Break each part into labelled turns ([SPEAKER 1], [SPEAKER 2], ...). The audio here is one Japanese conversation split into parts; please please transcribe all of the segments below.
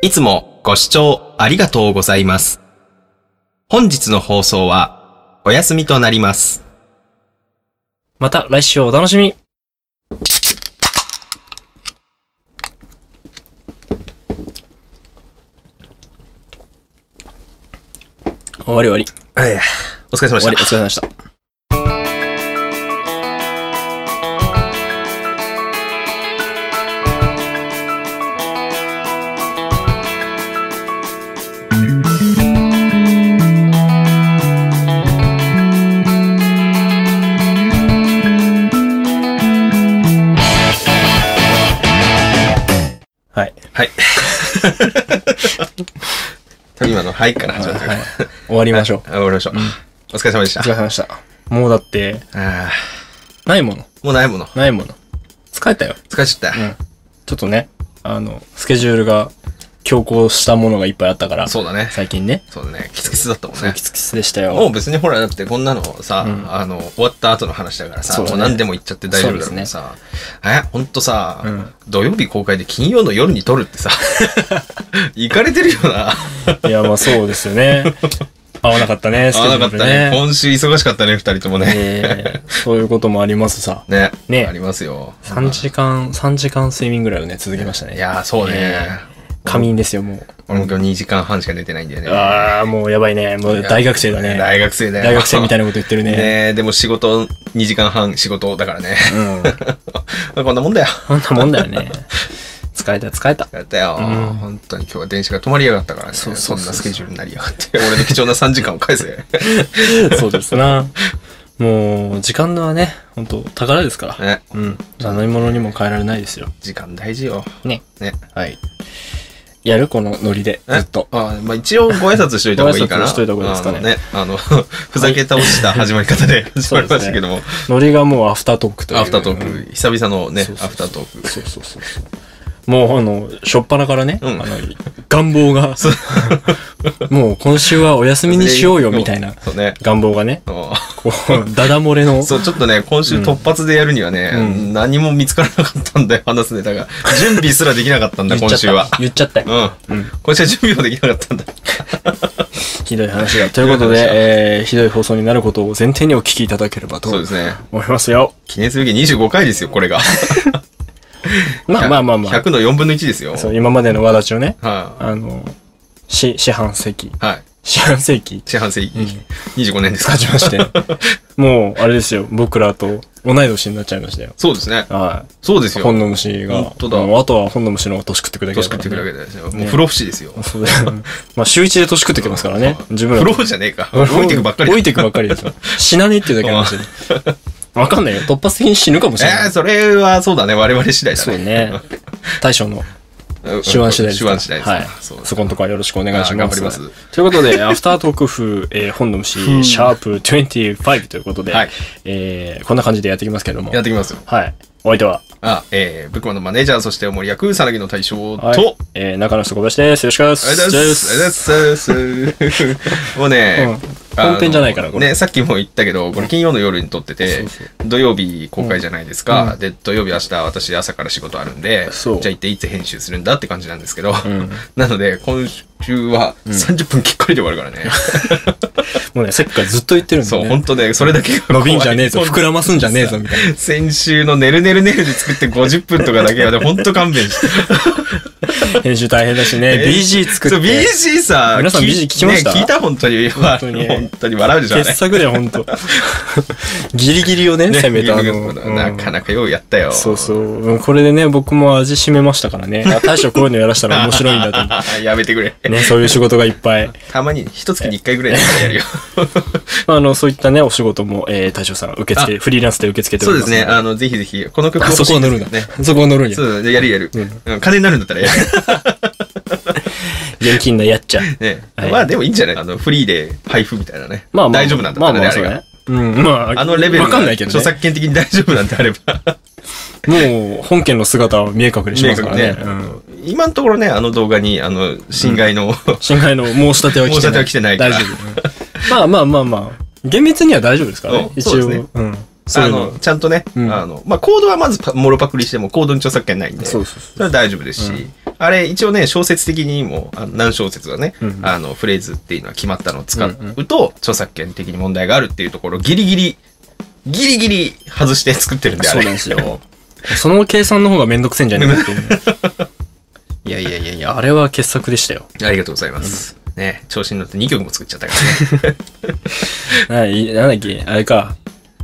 [SPEAKER 1] いつもご視聴ありがとうございます。本日の放送はお休みとなります。
[SPEAKER 2] また来週をお楽しみに終わり終わり。
[SPEAKER 1] お疲れ様で
[SPEAKER 2] 終わり、お
[SPEAKER 1] した。
[SPEAKER 2] 疲れ様でした。はい。
[SPEAKER 1] はい。今のはいから始まったけど。
[SPEAKER 2] はい終わりましょう。
[SPEAKER 1] あ終わりましょう。お疲れ様でし
[SPEAKER 2] お
[SPEAKER 1] た
[SPEAKER 2] 疲。れ様でした。もうだって、
[SPEAKER 1] あ
[SPEAKER 2] ないもの、
[SPEAKER 1] ーもうないもの。
[SPEAKER 2] ないもの。疲れたよ。
[SPEAKER 1] 疲れちゃっ
[SPEAKER 2] うん。ちょっとね、あの、スケジュールが強行したものがいっぱいあったから、
[SPEAKER 1] た。そうだね。
[SPEAKER 2] 最近ね、
[SPEAKER 1] そうだね。キツキツだったもん
[SPEAKER 2] そう
[SPEAKER 1] ね
[SPEAKER 2] キ。ツキツでしたよ。
[SPEAKER 1] もう別にほら、だってこんなのさ、
[SPEAKER 2] うん
[SPEAKER 1] あの、終わった後の話だからさ、
[SPEAKER 2] そうだ
[SPEAKER 1] もう
[SPEAKER 2] ね
[SPEAKER 1] 何でも言っちゃって大丈夫だ
[SPEAKER 2] そ
[SPEAKER 1] ろ
[SPEAKER 2] うで
[SPEAKER 1] う
[SPEAKER 2] す
[SPEAKER 1] さ。え、ほんとさ、
[SPEAKER 2] うん
[SPEAKER 1] 土曜日公開で金曜の夜に撮るって さ、行かれてるよな。
[SPEAKER 2] いや、まあそうですよ ね。合わなかったね、
[SPEAKER 1] 合わなかったね。今週忙しかったね、二人ともね。
[SPEAKER 2] えーそういうこともありますさ。
[SPEAKER 1] ね。
[SPEAKER 2] ね
[SPEAKER 1] ありますよ。
[SPEAKER 2] 3時間、3時間睡眠ぐらいをね、続けましたね。
[SPEAKER 1] いやー、そうね。
[SPEAKER 2] 仮眠ですよ、も
[SPEAKER 1] 俺も今日2時間半しか寝てないんだよ
[SPEAKER 2] う。
[SPEAKER 1] ね。
[SPEAKER 2] ああ、もうやばいね。もう大学生だね。
[SPEAKER 1] 大学生だよ。
[SPEAKER 2] 大学生みたい
[SPEAKER 1] な。
[SPEAKER 2] なこと言ってるね。
[SPEAKER 1] ねえ、でも仕事、2時間半仕事だからね。
[SPEAKER 2] う ん。
[SPEAKER 1] こんなもんだよ。
[SPEAKER 2] そんなもんだよね。疲れた、疲れ た。
[SPEAKER 1] やったよ、
[SPEAKER 2] うん
[SPEAKER 1] 本当に今日は電車が止まりやがったからね。
[SPEAKER 2] そ
[SPEAKER 1] そう
[SPEAKER 2] そうそうん
[SPEAKER 1] なスケジュールになりやがって。俺の貴重な3時間を返せ。
[SPEAKER 2] そうですな。もう、時間はね、本当宝ですから。
[SPEAKER 1] ね、
[SPEAKER 2] うん。何者にも変えられないですよ。
[SPEAKER 1] 時間大事よ。
[SPEAKER 2] ね。
[SPEAKER 1] ね。
[SPEAKER 2] はい。やるこのノリで、ずっと。
[SPEAKER 1] あまあ、一応ご挨拶しといた方がいいかな。
[SPEAKER 2] ご挨拶しといた方がいいですかね
[SPEAKER 1] あのね、 あの、ふざけ倒した始まり方 で始まりましたけども、
[SPEAKER 2] ノリがもうアフタートークという。
[SPEAKER 1] アフタートーク、
[SPEAKER 2] うん
[SPEAKER 1] 久々のね
[SPEAKER 2] そうそうそう
[SPEAKER 1] アフタートーク。
[SPEAKER 2] そうそうそうそう。もう、あの、しょっぱなからね、
[SPEAKER 1] うん
[SPEAKER 2] あの、願望が、 もう今週はお休みにしようよ、みたいな
[SPEAKER 1] そうね。
[SPEAKER 2] 願望がね、
[SPEAKER 1] あ の
[SPEAKER 2] こう、ダダ漏れの、
[SPEAKER 1] そう、ちょっとね、今週突発でやるにはね、
[SPEAKER 2] うん
[SPEAKER 1] 何も見つからなかったんだよ、話すネタが。準備すらできなかったんだ、
[SPEAKER 2] 言
[SPEAKER 1] 今
[SPEAKER 2] っちゃっ
[SPEAKER 1] 週は
[SPEAKER 2] た。。言っちゃったよ。
[SPEAKER 1] う
[SPEAKER 2] うん
[SPEAKER 1] ん。今週は準備もできなかったんだ。
[SPEAKER 2] ひどい話だ。ということ
[SPEAKER 1] ひどい話だ
[SPEAKER 2] で、えー、ひどい放送になることを前提にお聞きいただければと
[SPEAKER 1] そうですね。
[SPEAKER 2] 思いますよ。
[SPEAKER 1] 記念すべき25回ですよ、これが。
[SPEAKER 2] まあまあま あまあ。
[SPEAKER 1] 100の4分の1ですよ。
[SPEAKER 2] そう、今までのわだちをね、
[SPEAKER 1] は
[SPEAKER 2] あの、し、四半世紀、
[SPEAKER 1] い。はい。
[SPEAKER 2] 四半世紀、
[SPEAKER 1] 四半世紀、25年ですか
[SPEAKER 2] 勝。ち まして、もう、あれですよ、僕らと同い年になっちゃいましたよ。
[SPEAKER 1] そうですね。
[SPEAKER 2] はい。
[SPEAKER 1] そうですよ。
[SPEAKER 2] 本の虫が。
[SPEAKER 1] 本当だ
[SPEAKER 2] もうあとは本の虫の年食ってくだけ
[SPEAKER 1] 年
[SPEAKER 2] だか
[SPEAKER 1] 食っ
[SPEAKER 2] ら、
[SPEAKER 1] てく
[SPEAKER 2] ね。
[SPEAKER 1] るわけですよ。もう不老不死です よ。
[SPEAKER 2] そうだよね。まあ、週一で年食ってきますからね。自分
[SPEAKER 1] 不
[SPEAKER 2] ら。
[SPEAKER 1] 老じゃねえか。老いてくばっかりだ
[SPEAKER 2] 老いてくばっかりですよ。死なねえっていうだけの話で。 わかんないよ。突発的に死ぬかもしれな
[SPEAKER 1] え
[SPEAKER 2] い。
[SPEAKER 1] ー、それはそうだね。我々次第だ
[SPEAKER 2] そう
[SPEAKER 1] ね。
[SPEAKER 2] ね。大将の
[SPEAKER 1] うん
[SPEAKER 2] 手腕次第です
[SPEAKER 1] 手
[SPEAKER 2] から。
[SPEAKER 1] 腕次第です。
[SPEAKER 2] はい。
[SPEAKER 1] そ
[SPEAKER 2] そうこのとこはよろしくお願いします。
[SPEAKER 1] あー頑張ります
[SPEAKER 2] ということで、 アフタートーク風、えー本の虫、シャープ25ということで、
[SPEAKER 1] はい
[SPEAKER 2] えーこんな感じでやっていきますけれども。
[SPEAKER 1] やってきますよ。
[SPEAKER 2] はい。お相手は、
[SPEAKER 1] あ、えー、ブックマンのマネージャー、そしておもり役、さなぎの大将と、
[SPEAKER 2] はいえー中野人小林です。よろしくお願いし
[SPEAKER 1] ありがとうございます。ありがとうございます。もうね、
[SPEAKER 2] うん本編じゃないか
[SPEAKER 1] あ
[SPEAKER 2] ら
[SPEAKER 1] の
[SPEAKER 2] これ
[SPEAKER 1] ね、さっきも言ったけど、これ金曜の夜に撮ってて
[SPEAKER 2] そうそう、
[SPEAKER 1] 土曜日公開じゃないですか。で、土曜日明日私朝から仕事あるんで、じゃ
[SPEAKER 2] そう
[SPEAKER 1] あ行っていつ編集するんだって感じなんですけど、
[SPEAKER 2] ん
[SPEAKER 1] なので、今週は30分きっかりで終わるから ね。
[SPEAKER 2] もうね、さっきからずっと言ってるんで、ね。
[SPEAKER 1] そう、本当ね、それだけが怖
[SPEAKER 2] 伸
[SPEAKER 1] い
[SPEAKER 2] びんじゃねえぞ、膨らますんじゃねえぞ、みたいな。
[SPEAKER 1] 先週のねるねるねるで作って50分とかだけはね、ほんと勘弁して。
[SPEAKER 2] 編集大変だしね、
[SPEAKER 1] えー
[SPEAKER 2] BG 作
[SPEAKER 1] そう
[SPEAKER 2] って
[SPEAKER 1] BG さ、
[SPEAKER 2] 皆さん BG 聞きました
[SPEAKER 1] ね聞いた本当に。
[SPEAKER 2] 本当に
[SPEAKER 1] 本当に笑うでしょう
[SPEAKER 2] 傑
[SPEAKER 1] ね。
[SPEAKER 2] 作だよ、ほんと。ギリギリをね、
[SPEAKER 1] ね
[SPEAKER 2] 攻めたあ
[SPEAKER 1] ビ
[SPEAKER 2] の。
[SPEAKER 1] ルドなか
[SPEAKER 2] か。
[SPEAKER 1] なかようやったよ。
[SPEAKER 2] そうそう。うんこれでね、僕も味しめましたか らね。あ大将こういうのやらしたら面白いんだと思っ
[SPEAKER 1] あ やめてくれ。
[SPEAKER 2] て。ね、そういう仕事がいっぱい。
[SPEAKER 1] たまに、一月に一回ぐらいだからやる よ。
[SPEAKER 2] まあ、あの、そういったね、お仕事も、えー、大将さん受付、フリーランスで受け付けて
[SPEAKER 1] そ
[SPEAKER 2] お
[SPEAKER 1] う
[SPEAKER 2] り
[SPEAKER 1] で
[SPEAKER 2] ますすので。
[SPEAKER 1] ね。あの、ぜひぜひ、この曲
[SPEAKER 2] あ
[SPEAKER 1] 欲しい
[SPEAKER 2] そこを乗るんだ
[SPEAKER 1] ね。。
[SPEAKER 2] そこを乗るんや。
[SPEAKER 1] そう、じゃあやるやる。うん金になるんだったらやる。
[SPEAKER 2] 現金のやっちゃ。
[SPEAKER 1] ね。
[SPEAKER 2] はい
[SPEAKER 1] まあでもいいんじゃないあの、フリーで配布みたいなね。
[SPEAKER 2] まあまあ。
[SPEAKER 1] 大丈夫なんだっ
[SPEAKER 2] まあ
[SPEAKER 1] たら
[SPEAKER 2] ま
[SPEAKER 1] ね、あ
[SPEAKER 2] あ、そ
[SPEAKER 1] れ
[SPEAKER 2] う
[SPEAKER 1] が
[SPEAKER 2] ね。。うん、まあ、
[SPEAKER 1] あのレベル
[SPEAKER 2] わかんないけど
[SPEAKER 1] 著
[SPEAKER 2] ね。
[SPEAKER 1] 作権的に大丈夫なんであれば。
[SPEAKER 2] もう、本家の姿は見え隠れしますからね。
[SPEAKER 1] ね
[SPEAKER 2] うん。
[SPEAKER 1] 今のところね、あの動画に、あの、侵害の、
[SPEAKER 2] 侵害の申し立ては来てない。
[SPEAKER 1] 申し立ては来てないから
[SPEAKER 2] 大丈夫。まあまあまあまあ。厳密には大丈夫ですからね。
[SPEAKER 1] うん
[SPEAKER 2] 一
[SPEAKER 1] そう
[SPEAKER 2] 応。
[SPEAKER 1] ですね
[SPEAKER 2] うん。そう
[SPEAKER 1] あ
[SPEAKER 2] いうの
[SPEAKER 1] の、。ちゃんとね、
[SPEAKER 2] うん
[SPEAKER 1] あの、まあ、コードはまずパもろパクリしてもコードに著作権ないんで、
[SPEAKER 2] そうそうそう
[SPEAKER 1] れは大丈夫ですし、あれ、一応ね、小説的にも、あの何小説はね、
[SPEAKER 2] うん
[SPEAKER 1] あの、フレーズっていうのは決まったのを使
[SPEAKER 2] うん
[SPEAKER 1] うと、著作権的に問題があるっていうところ、ギリギリ、ギリギリ外して作ってるんで、あ
[SPEAKER 2] そう
[SPEAKER 1] れ。
[SPEAKER 2] なんですよ。その計算の方がめんどくせえんじゃねえかっていうね。
[SPEAKER 1] いやいやいやい
[SPEAKER 2] い
[SPEAKER 1] や、
[SPEAKER 2] や、あれは傑作でしたよ。
[SPEAKER 1] ありがとうございます。ね、調子に乗って2曲も作っちゃったからね。
[SPEAKER 2] ないなんだっけあれか。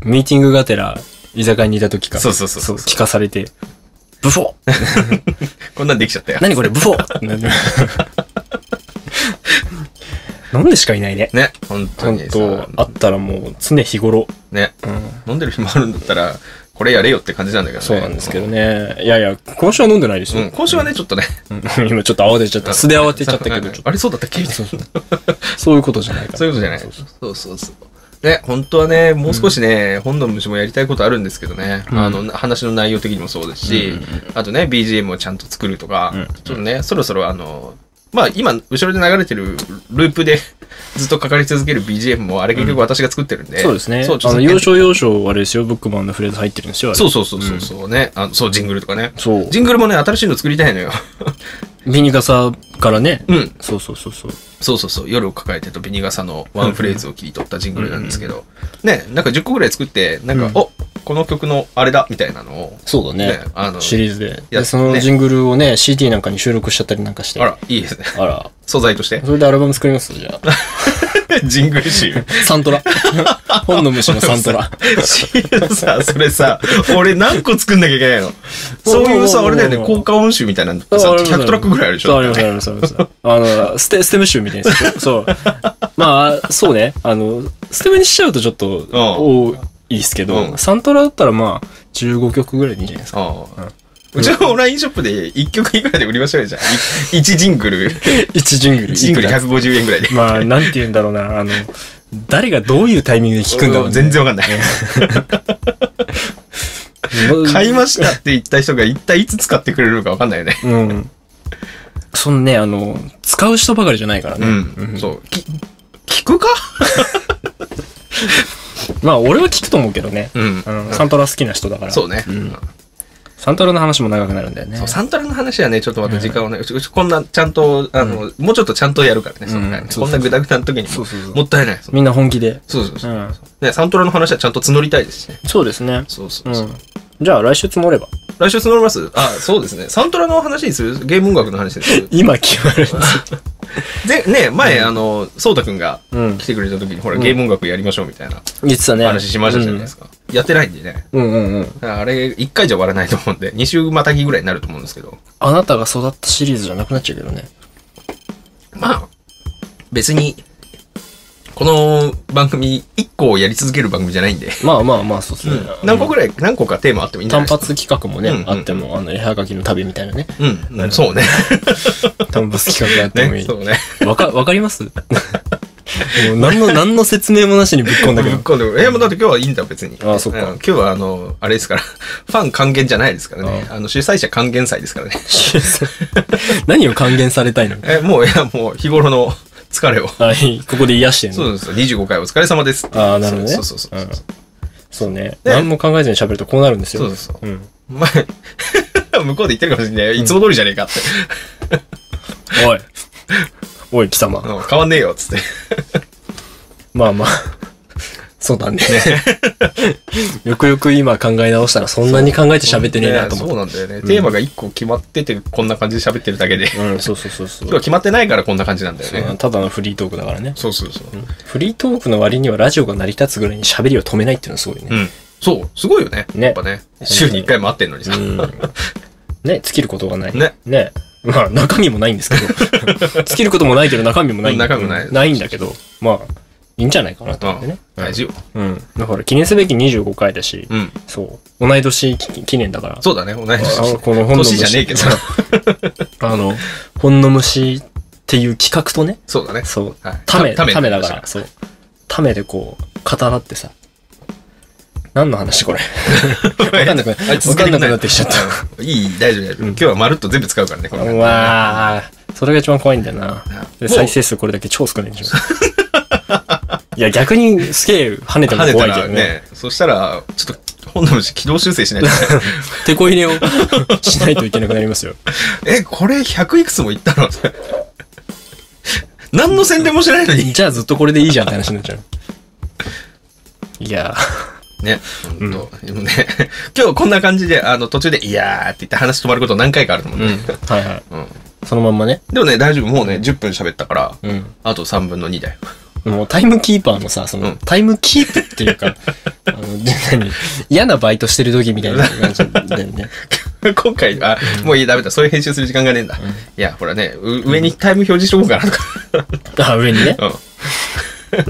[SPEAKER 2] ミーティングがてら、居酒屋にいた時か。
[SPEAKER 1] そうそうそうそう
[SPEAKER 2] 聞かされて、ブフォ ー
[SPEAKER 1] こんなんできちゃったよ。
[SPEAKER 2] 何これブフォーなんでなんでしかいないね。
[SPEAKER 1] ね、本当
[SPEAKER 2] 本
[SPEAKER 1] に
[SPEAKER 2] 当
[SPEAKER 1] さ、
[SPEAKER 2] あったらもう常日頃。
[SPEAKER 1] ね、
[SPEAKER 2] うん。
[SPEAKER 1] 飲んでる暇あるんだったら、これやれよって感じなんだけどね。
[SPEAKER 2] そうなんですけどね。いやいや、今週は飲んでないです
[SPEAKER 1] う
[SPEAKER 2] よ。
[SPEAKER 1] ん、今週はね、ちょっとね。
[SPEAKER 2] うん今ちょっと慌てちゃった。素で慌てちゃったけど、ちょ っ
[SPEAKER 1] あれ、そうだったっけみたいな。
[SPEAKER 2] とそういうことじゃないから。
[SPEAKER 1] そういうことじゃない。そうそうそうね、本当はね、もう少しね、本の虫もやりたいことあるんですけどね、
[SPEAKER 2] うん
[SPEAKER 1] あの、話の内容的にもそうですし、
[SPEAKER 2] うんうん
[SPEAKER 1] あとね、BGM をちゃんと作るとか、
[SPEAKER 2] うん
[SPEAKER 1] ちょっとね、そろそろあの、まあ今、後ろで流れてるループで ずっとかかり続ける BGM も、あれ結局私が作ってるんで。
[SPEAKER 2] そうですね。
[SPEAKER 1] そう、ちょ
[SPEAKER 2] あ
[SPEAKER 1] っと
[SPEAKER 2] の、要所要所、あれですよ、ブックマンのフレーズ入ってるんですよ。あれ
[SPEAKER 1] そうそうそうそうそうね、あの、そう、ジングルとかね。
[SPEAKER 2] そう。
[SPEAKER 1] ジングルもね、新しいの作りた いのよ。
[SPEAKER 2] ビニガサからね。
[SPEAKER 1] うん。
[SPEAKER 2] そうそうそうそう。
[SPEAKER 1] そうそうそう、夜を抱えてとビニガサのワンフレーズを切り取ったジングルなんですけど、ね、なんか10個ぐらい作って、なんか、
[SPEAKER 2] うん
[SPEAKER 1] おこの曲のあれだみたいなのを、
[SPEAKER 2] そうだね。
[SPEAKER 1] あの、
[SPEAKER 2] シリーズで。
[SPEAKER 1] や
[SPEAKER 2] で、その
[SPEAKER 1] ね
[SPEAKER 2] ジングルをね、CD なんかに収録しちゃったりなんかして。
[SPEAKER 1] あ。ら、いい ですね。
[SPEAKER 2] あら。
[SPEAKER 1] 素材として。
[SPEAKER 2] それでアルバム作りますじゃあ。
[SPEAKER 1] ジングル集。
[SPEAKER 2] サントラ。本の虫のサントラ。
[SPEAKER 1] シールさ、それさ、俺何個作んなきゃいけないのそういうさ、あれだよね、効果音集みたいなのってさ、100トラックぐらいあるでし
[SPEAKER 2] そう、
[SPEAKER 1] ょ
[SPEAKER 2] あります、あります、あります。あの、ステ、ステム集みたいなやつ。そう。まあ、そうね。あの、ステムにしちゃうとちょっと、多いですけ
[SPEAKER 1] う
[SPEAKER 2] ど、
[SPEAKER 1] ん
[SPEAKER 2] サントラだったらまあ、15曲ぐらいでいいんじゃないですか。
[SPEAKER 1] ああうちのオンラインショップで1曲いくらで売りましょうよ、じゃあ。1ジングル、
[SPEAKER 2] 1ジングル。
[SPEAKER 1] ジングル150円ぐらいで。
[SPEAKER 2] まあ、なんて言うんだろうな。あの、誰がどういうタイミングで聞くんだろう、ね。
[SPEAKER 1] 全然わかんない。
[SPEAKER 2] うん
[SPEAKER 1] 買いましたって言った人が一体いつ使ってくれるのかわかんないよね。
[SPEAKER 2] うん。そのね、あの、使う人ばかりじゃないから
[SPEAKER 1] う
[SPEAKER 2] ね。
[SPEAKER 1] ん。そう。き、聞くか
[SPEAKER 2] まあ、俺は聞くと思うけどね。
[SPEAKER 1] うん
[SPEAKER 2] あのサントラ好きな人だから。
[SPEAKER 1] そうね。
[SPEAKER 2] んサントラの話も長くなるんだよね。
[SPEAKER 1] そうサントラの話はね、ちょっとまた時間をね、うちうちこんなちゃんと、あの、もうちょっとちゃんとやるからね、その回
[SPEAKER 2] うんそう
[SPEAKER 1] こんなグダグダの時に
[SPEAKER 2] そうそうそ
[SPEAKER 1] も
[SPEAKER 2] う
[SPEAKER 1] もったいない。そう
[SPEAKER 2] みんな本気で。
[SPEAKER 1] そうそうそうう。
[SPEAKER 2] ん。
[SPEAKER 1] ね、サントラの話はちゃんと募りたいですしね。
[SPEAKER 2] そうですね。
[SPEAKER 1] そうそううそう。
[SPEAKER 2] ん。じゃあ、来週積もれば。
[SPEAKER 1] 来週募りますあ、そうですね。サントラの話にするゲーム音楽の話にする
[SPEAKER 2] 今決まる。
[SPEAKER 1] で、ね、前、あの、そうたくんが
[SPEAKER 2] うん
[SPEAKER 1] 来。てくれた時に、ほら、ゲーム音楽やりましょうみたいな
[SPEAKER 2] 実はね。
[SPEAKER 1] 話しましたじゃないですか。やってないんでね。
[SPEAKER 2] うんうんうんうん。
[SPEAKER 1] だからあれ、一回じゃ終わらないと思うんで、二週またぎぐらいになると思うんですけど、
[SPEAKER 2] あなたが育ったシリーズじゃなくなっちゃうけどね。
[SPEAKER 1] まあ、別に、この番組、一個をやり続ける番組じゃないんで、
[SPEAKER 2] まあまあまあ、そうですね。
[SPEAKER 1] 何個ぐらい、何個かテーマあってもいいんじゃな
[SPEAKER 2] 単
[SPEAKER 1] いですか。
[SPEAKER 2] 発企画もね、
[SPEAKER 1] うんうん
[SPEAKER 2] あっても、あの、絵はがきの旅みたいな ね。
[SPEAKER 1] うん、うん、そうね。
[SPEAKER 2] 単発企画があってもい
[SPEAKER 1] ね、
[SPEAKER 2] い
[SPEAKER 1] そ。うね。
[SPEAKER 2] わか、わかりますもう何 の、何の説明もなしにぶっ込ん
[SPEAKER 1] ぶ
[SPEAKER 2] だ
[SPEAKER 1] っ
[SPEAKER 2] けど。
[SPEAKER 1] 込んでもえ、もうだって今日はいいんだよ、別に。
[SPEAKER 2] あそっか
[SPEAKER 1] うん今日は、あの、あれですから、 ファン還元じゃないですからね。あの、主催者還元祭ですからね。
[SPEAKER 2] 何を還元されたいの
[SPEAKER 1] え、もう、いや、もう、日頃の疲れを。
[SPEAKER 2] はい、ここで癒してんの。
[SPEAKER 1] そうです。25回お疲れ様ですって。
[SPEAKER 2] あーなるほどね
[SPEAKER 1] そうそうそうそう。
[SPEAKER 2] そうね。何も考えずに喋るとこうなるんですよ。
[SPEAKER 1] そうそうそ
[SPEAKER 2] ん。
[SPEAKER 1] 前、 向こうで言ってるかもしれない。いつも通りじゃねえかって。
[SPEAKER 2] おい。おい、貴様。
[SPEAKER 1] あの変わんねえよ、つって。
[SPEAKER 2] まあ まあ。そうだね。 よくよく今考え直したらそんなに考えて喋ってねえなと思って。
[SPEAKER 1] そうなんだよね。テーマが1個決まってて、こんな感じで喋ってるだけで。今
[SPEAKER 2] うん、そうそうそうそ
[SPEAKER 1] 日は
[SPEAKER 2] う。
[SPEAKER 1] 決まってないからこんな感じなんだよね。
[SPEAKER 2] ただのフリートークだからね。
[SPEAKER 1] そうそうそう。う
[SPEAKER 2] フリートークの割にはラジオが成り立つぐらいに喋りを止めないっていうのはすごいね。
[SPEAKER 1] ん。そう、すごいよね。
[SPEAKER 2] ね
[SPEAKER 1] やっぱね。週に1回も会ってんのにさ。
[SPEAKER 2] うんね、尽きることがない。
[SPEAKER 1] ね。
[SPEAKER 2] まあ、中身もないんですけ ど。尽きることもないけど、中身もない。
[SPEAKER 1] 中身もない
[SPEAKER 2] ないんだけど、まあ、いいんじゃないかなと思ってね。
[SPEAKER 1] うん大事よ。
[SPEAKER 2] うん。だから、記念すべき25回だし、
[SPEAKER 1] うん。
[SPEAKER 2] そう。同い年記記念だから。
[SPEAKER 1] そうだね、同じ
[SPEAKER 2] あこの本の
[SPEAKER 1] 年
[SPEAKER 2] 虫。
[SPEAKER 1] じゃねえけど。
[SPEAKER 2] あの、本の虫っていう企画とね、
[SPEAKER 1] そうだね。
[SPEAKER 2] そう
[SPEAKER 1] はい。
[SPEAKER 2] ため、
[SPEAKER 1] ため
[SPEAKER 2] ためだから、そう。ためでこう、語らってさ。何の話こ れ。
[SPEAKER 1] わ。
[SPEAKER 2] かんなくなっわかんなくなってきちゃった
[SPEAKER 1] いい、大丈夫、大丈夫。今日はまるっと全部使うからね、この
[SPEAKER 2] うわー、それが一番怖いんだよな。
[SPEAKER 1] もう
[SPEAKER 2] で再生数これだけ超少ないんでしょ。いや、逆にすげえ跳ねても
[SPEAKER 1] 跳ね
[SPEAKER 2] 怖
[SPEAKER 1] た
[SPEAKER 2] いけど
[SPEAKER 1] ら
[SPEAKER 2] ね。
[SPEAKER 1] ね、そしたら、ちょっと、本の軌道修正しないとね。
[SPEAKER 2] 手こ入れをしないといけなくなり ますよ。
[SPEAKER 1] え、これ100いくつもいったの何の宣伝もしないのに。
[SPEAKER 2] じゃあずっとこれでいいじゃんって話になっちゃう。いや
[SPEAKER 1] ね。ほんと。でもね、今日こんな感じで、あの、途中で、いやーって言って話止まること何回かあると思う
[SPEAKER 2] ー。
[SPEAKER 1] ん
[SPEAKER 2] う
[SPEAKER 1] で。
[SPEAKER 2] ん。はいはい。
[SPEAKER 1] うん
[SPEAKER 2] そのまんまね。
[SPEAKER 1] でもね、大丈夫。もうね、10分喋ったから、
[SPEAKER 2] うん。
[SPEAKER 1] あと3分の2だよ。
[SPEAKER 2] もうタイムキーパーのさ、そ
[SPEAKER 1] う
[SPEAKER 2] の、
[SPEAKER 1] ん
[SPEAKER 2] タイムキープってい うか、あの、何嫌なバイトしてる時みたいな感じだよね。
[SPEAKER 1] 今回、あ、もういい、ダメだ。それ編集する時間がねえんだ。いや、ほらね、う上にタイム表示しとこうかなとか。
[SPEAKER 2] あ、上にね。
[SPEAKER 1] うん。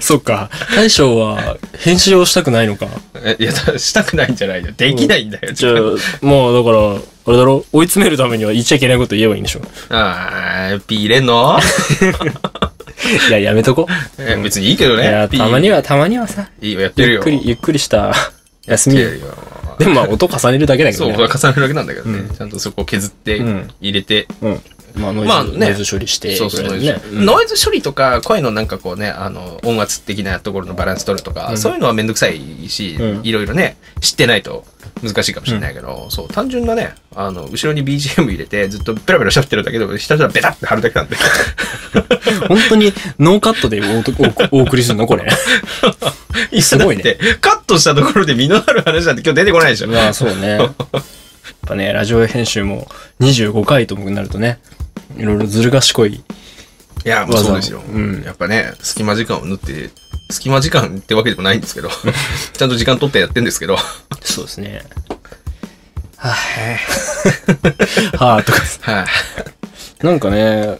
[SPEAKER 2] そっか。大将は、編集をしたくないのか。
[SPEAKER 1] えいや、したくないんじゃないよ。できないんだよ。
[SPEAKER 2] じゃあ、もうだから、あれだろ追い詰めるためには言っちゃいけないこと言えばいいんで しょ。
[SPEAKER 1] あー、ピー入れん の
[SPEAKER 2] いや、やめとこ。
[SPEAKER 1] え別にいいけど
[SPEAKER 2] い
[SPEAKER 1] ね。
[SPEAKER 2] や、
[SPEAKER 1] ピー
[SPEAKER 2] たまには、たまにはさ、
[SPEAKER 1] いいよ、やってる
[SPEAKER 2] ゆっ
[SPEAKER 1] よ。
[SPEAKER 2] くり、ゆっくりした休み
[SPEAKER 1] やっ
[SPEAKER 2] を
[SPEAKER 1] てるよ
[SPEAKER 2] でもまあ、音重ねるだけだけ
[SPEAKER 1] そ
[SPEAKER 2] ど
[SPEAKER 1] う、
[SPEAKER 2] ね。
[SPEAKER 1] これ重ねるだけなんだけどね。
[SPEAKER 2] うん
[SPEAKER 1] ちゃんとそこを削って
[SPEAKER 2] うん、
[SPEAKER 1] 入れて。
[SPEAKER 2] うん。まあ、ノイズ、
[SPEAKER 1] まあね
[SPEAKER 2] ノイズ処理して、
[SPEAKER 1] そうそう、
[SPEAKER 2] ぐ
[SPEAKER 1] ノ
[SPEAKER 2] ら
[SPEAKER 1] イ
[SPEAKER 2] い
[SPEAKER 1] ズ
[SPEAKER 2] で
[SPEAKER 1] 処
[SPEAKER 2] ね
[SPEAKER 1] 理ノイズ処理とか、声のなんかこうね、あの、音圧的なところのバランス取るとか、
[SPEAKER 2] うん
[SPEAKER 1] そういうのはめんどくさいし、
[SPEAKER 2] うん
[SPEAKER 1] いろいろね、知ってないと難しいかもしれないけど、そう、単純なね、あの、後ろに BGM 入れて、ずっとペラペラ喋ってるだけで、ひたすらベタって貼るだけなんで。
[SPEAKER 2] うん本当に、ノーカットでおおおお送りするのこれ。 すご いね
[SPEAKER 1] だってカットしたところで実のある話なんて今日出てこないでしょ。
[SPEAKER 2] まあ、そうね。やっぱね、ラジオ編集も25回と僕になるとね、いろいろずる賢い。
[SPEAKER 1] いや、もうそうですよ。
[SPEAKER 2] わざわざうん
[SPEAKER 1] やっぱね、隙間時間を縫って、隙間時間ってわけでもないんです けど、ちゃんと時間取ってやってんですけど、
[SPEAKER 2] そうですね。はい、はぁ、とか。
[SPEAKER 1] はい、
[SPEAKER 2] なんかね、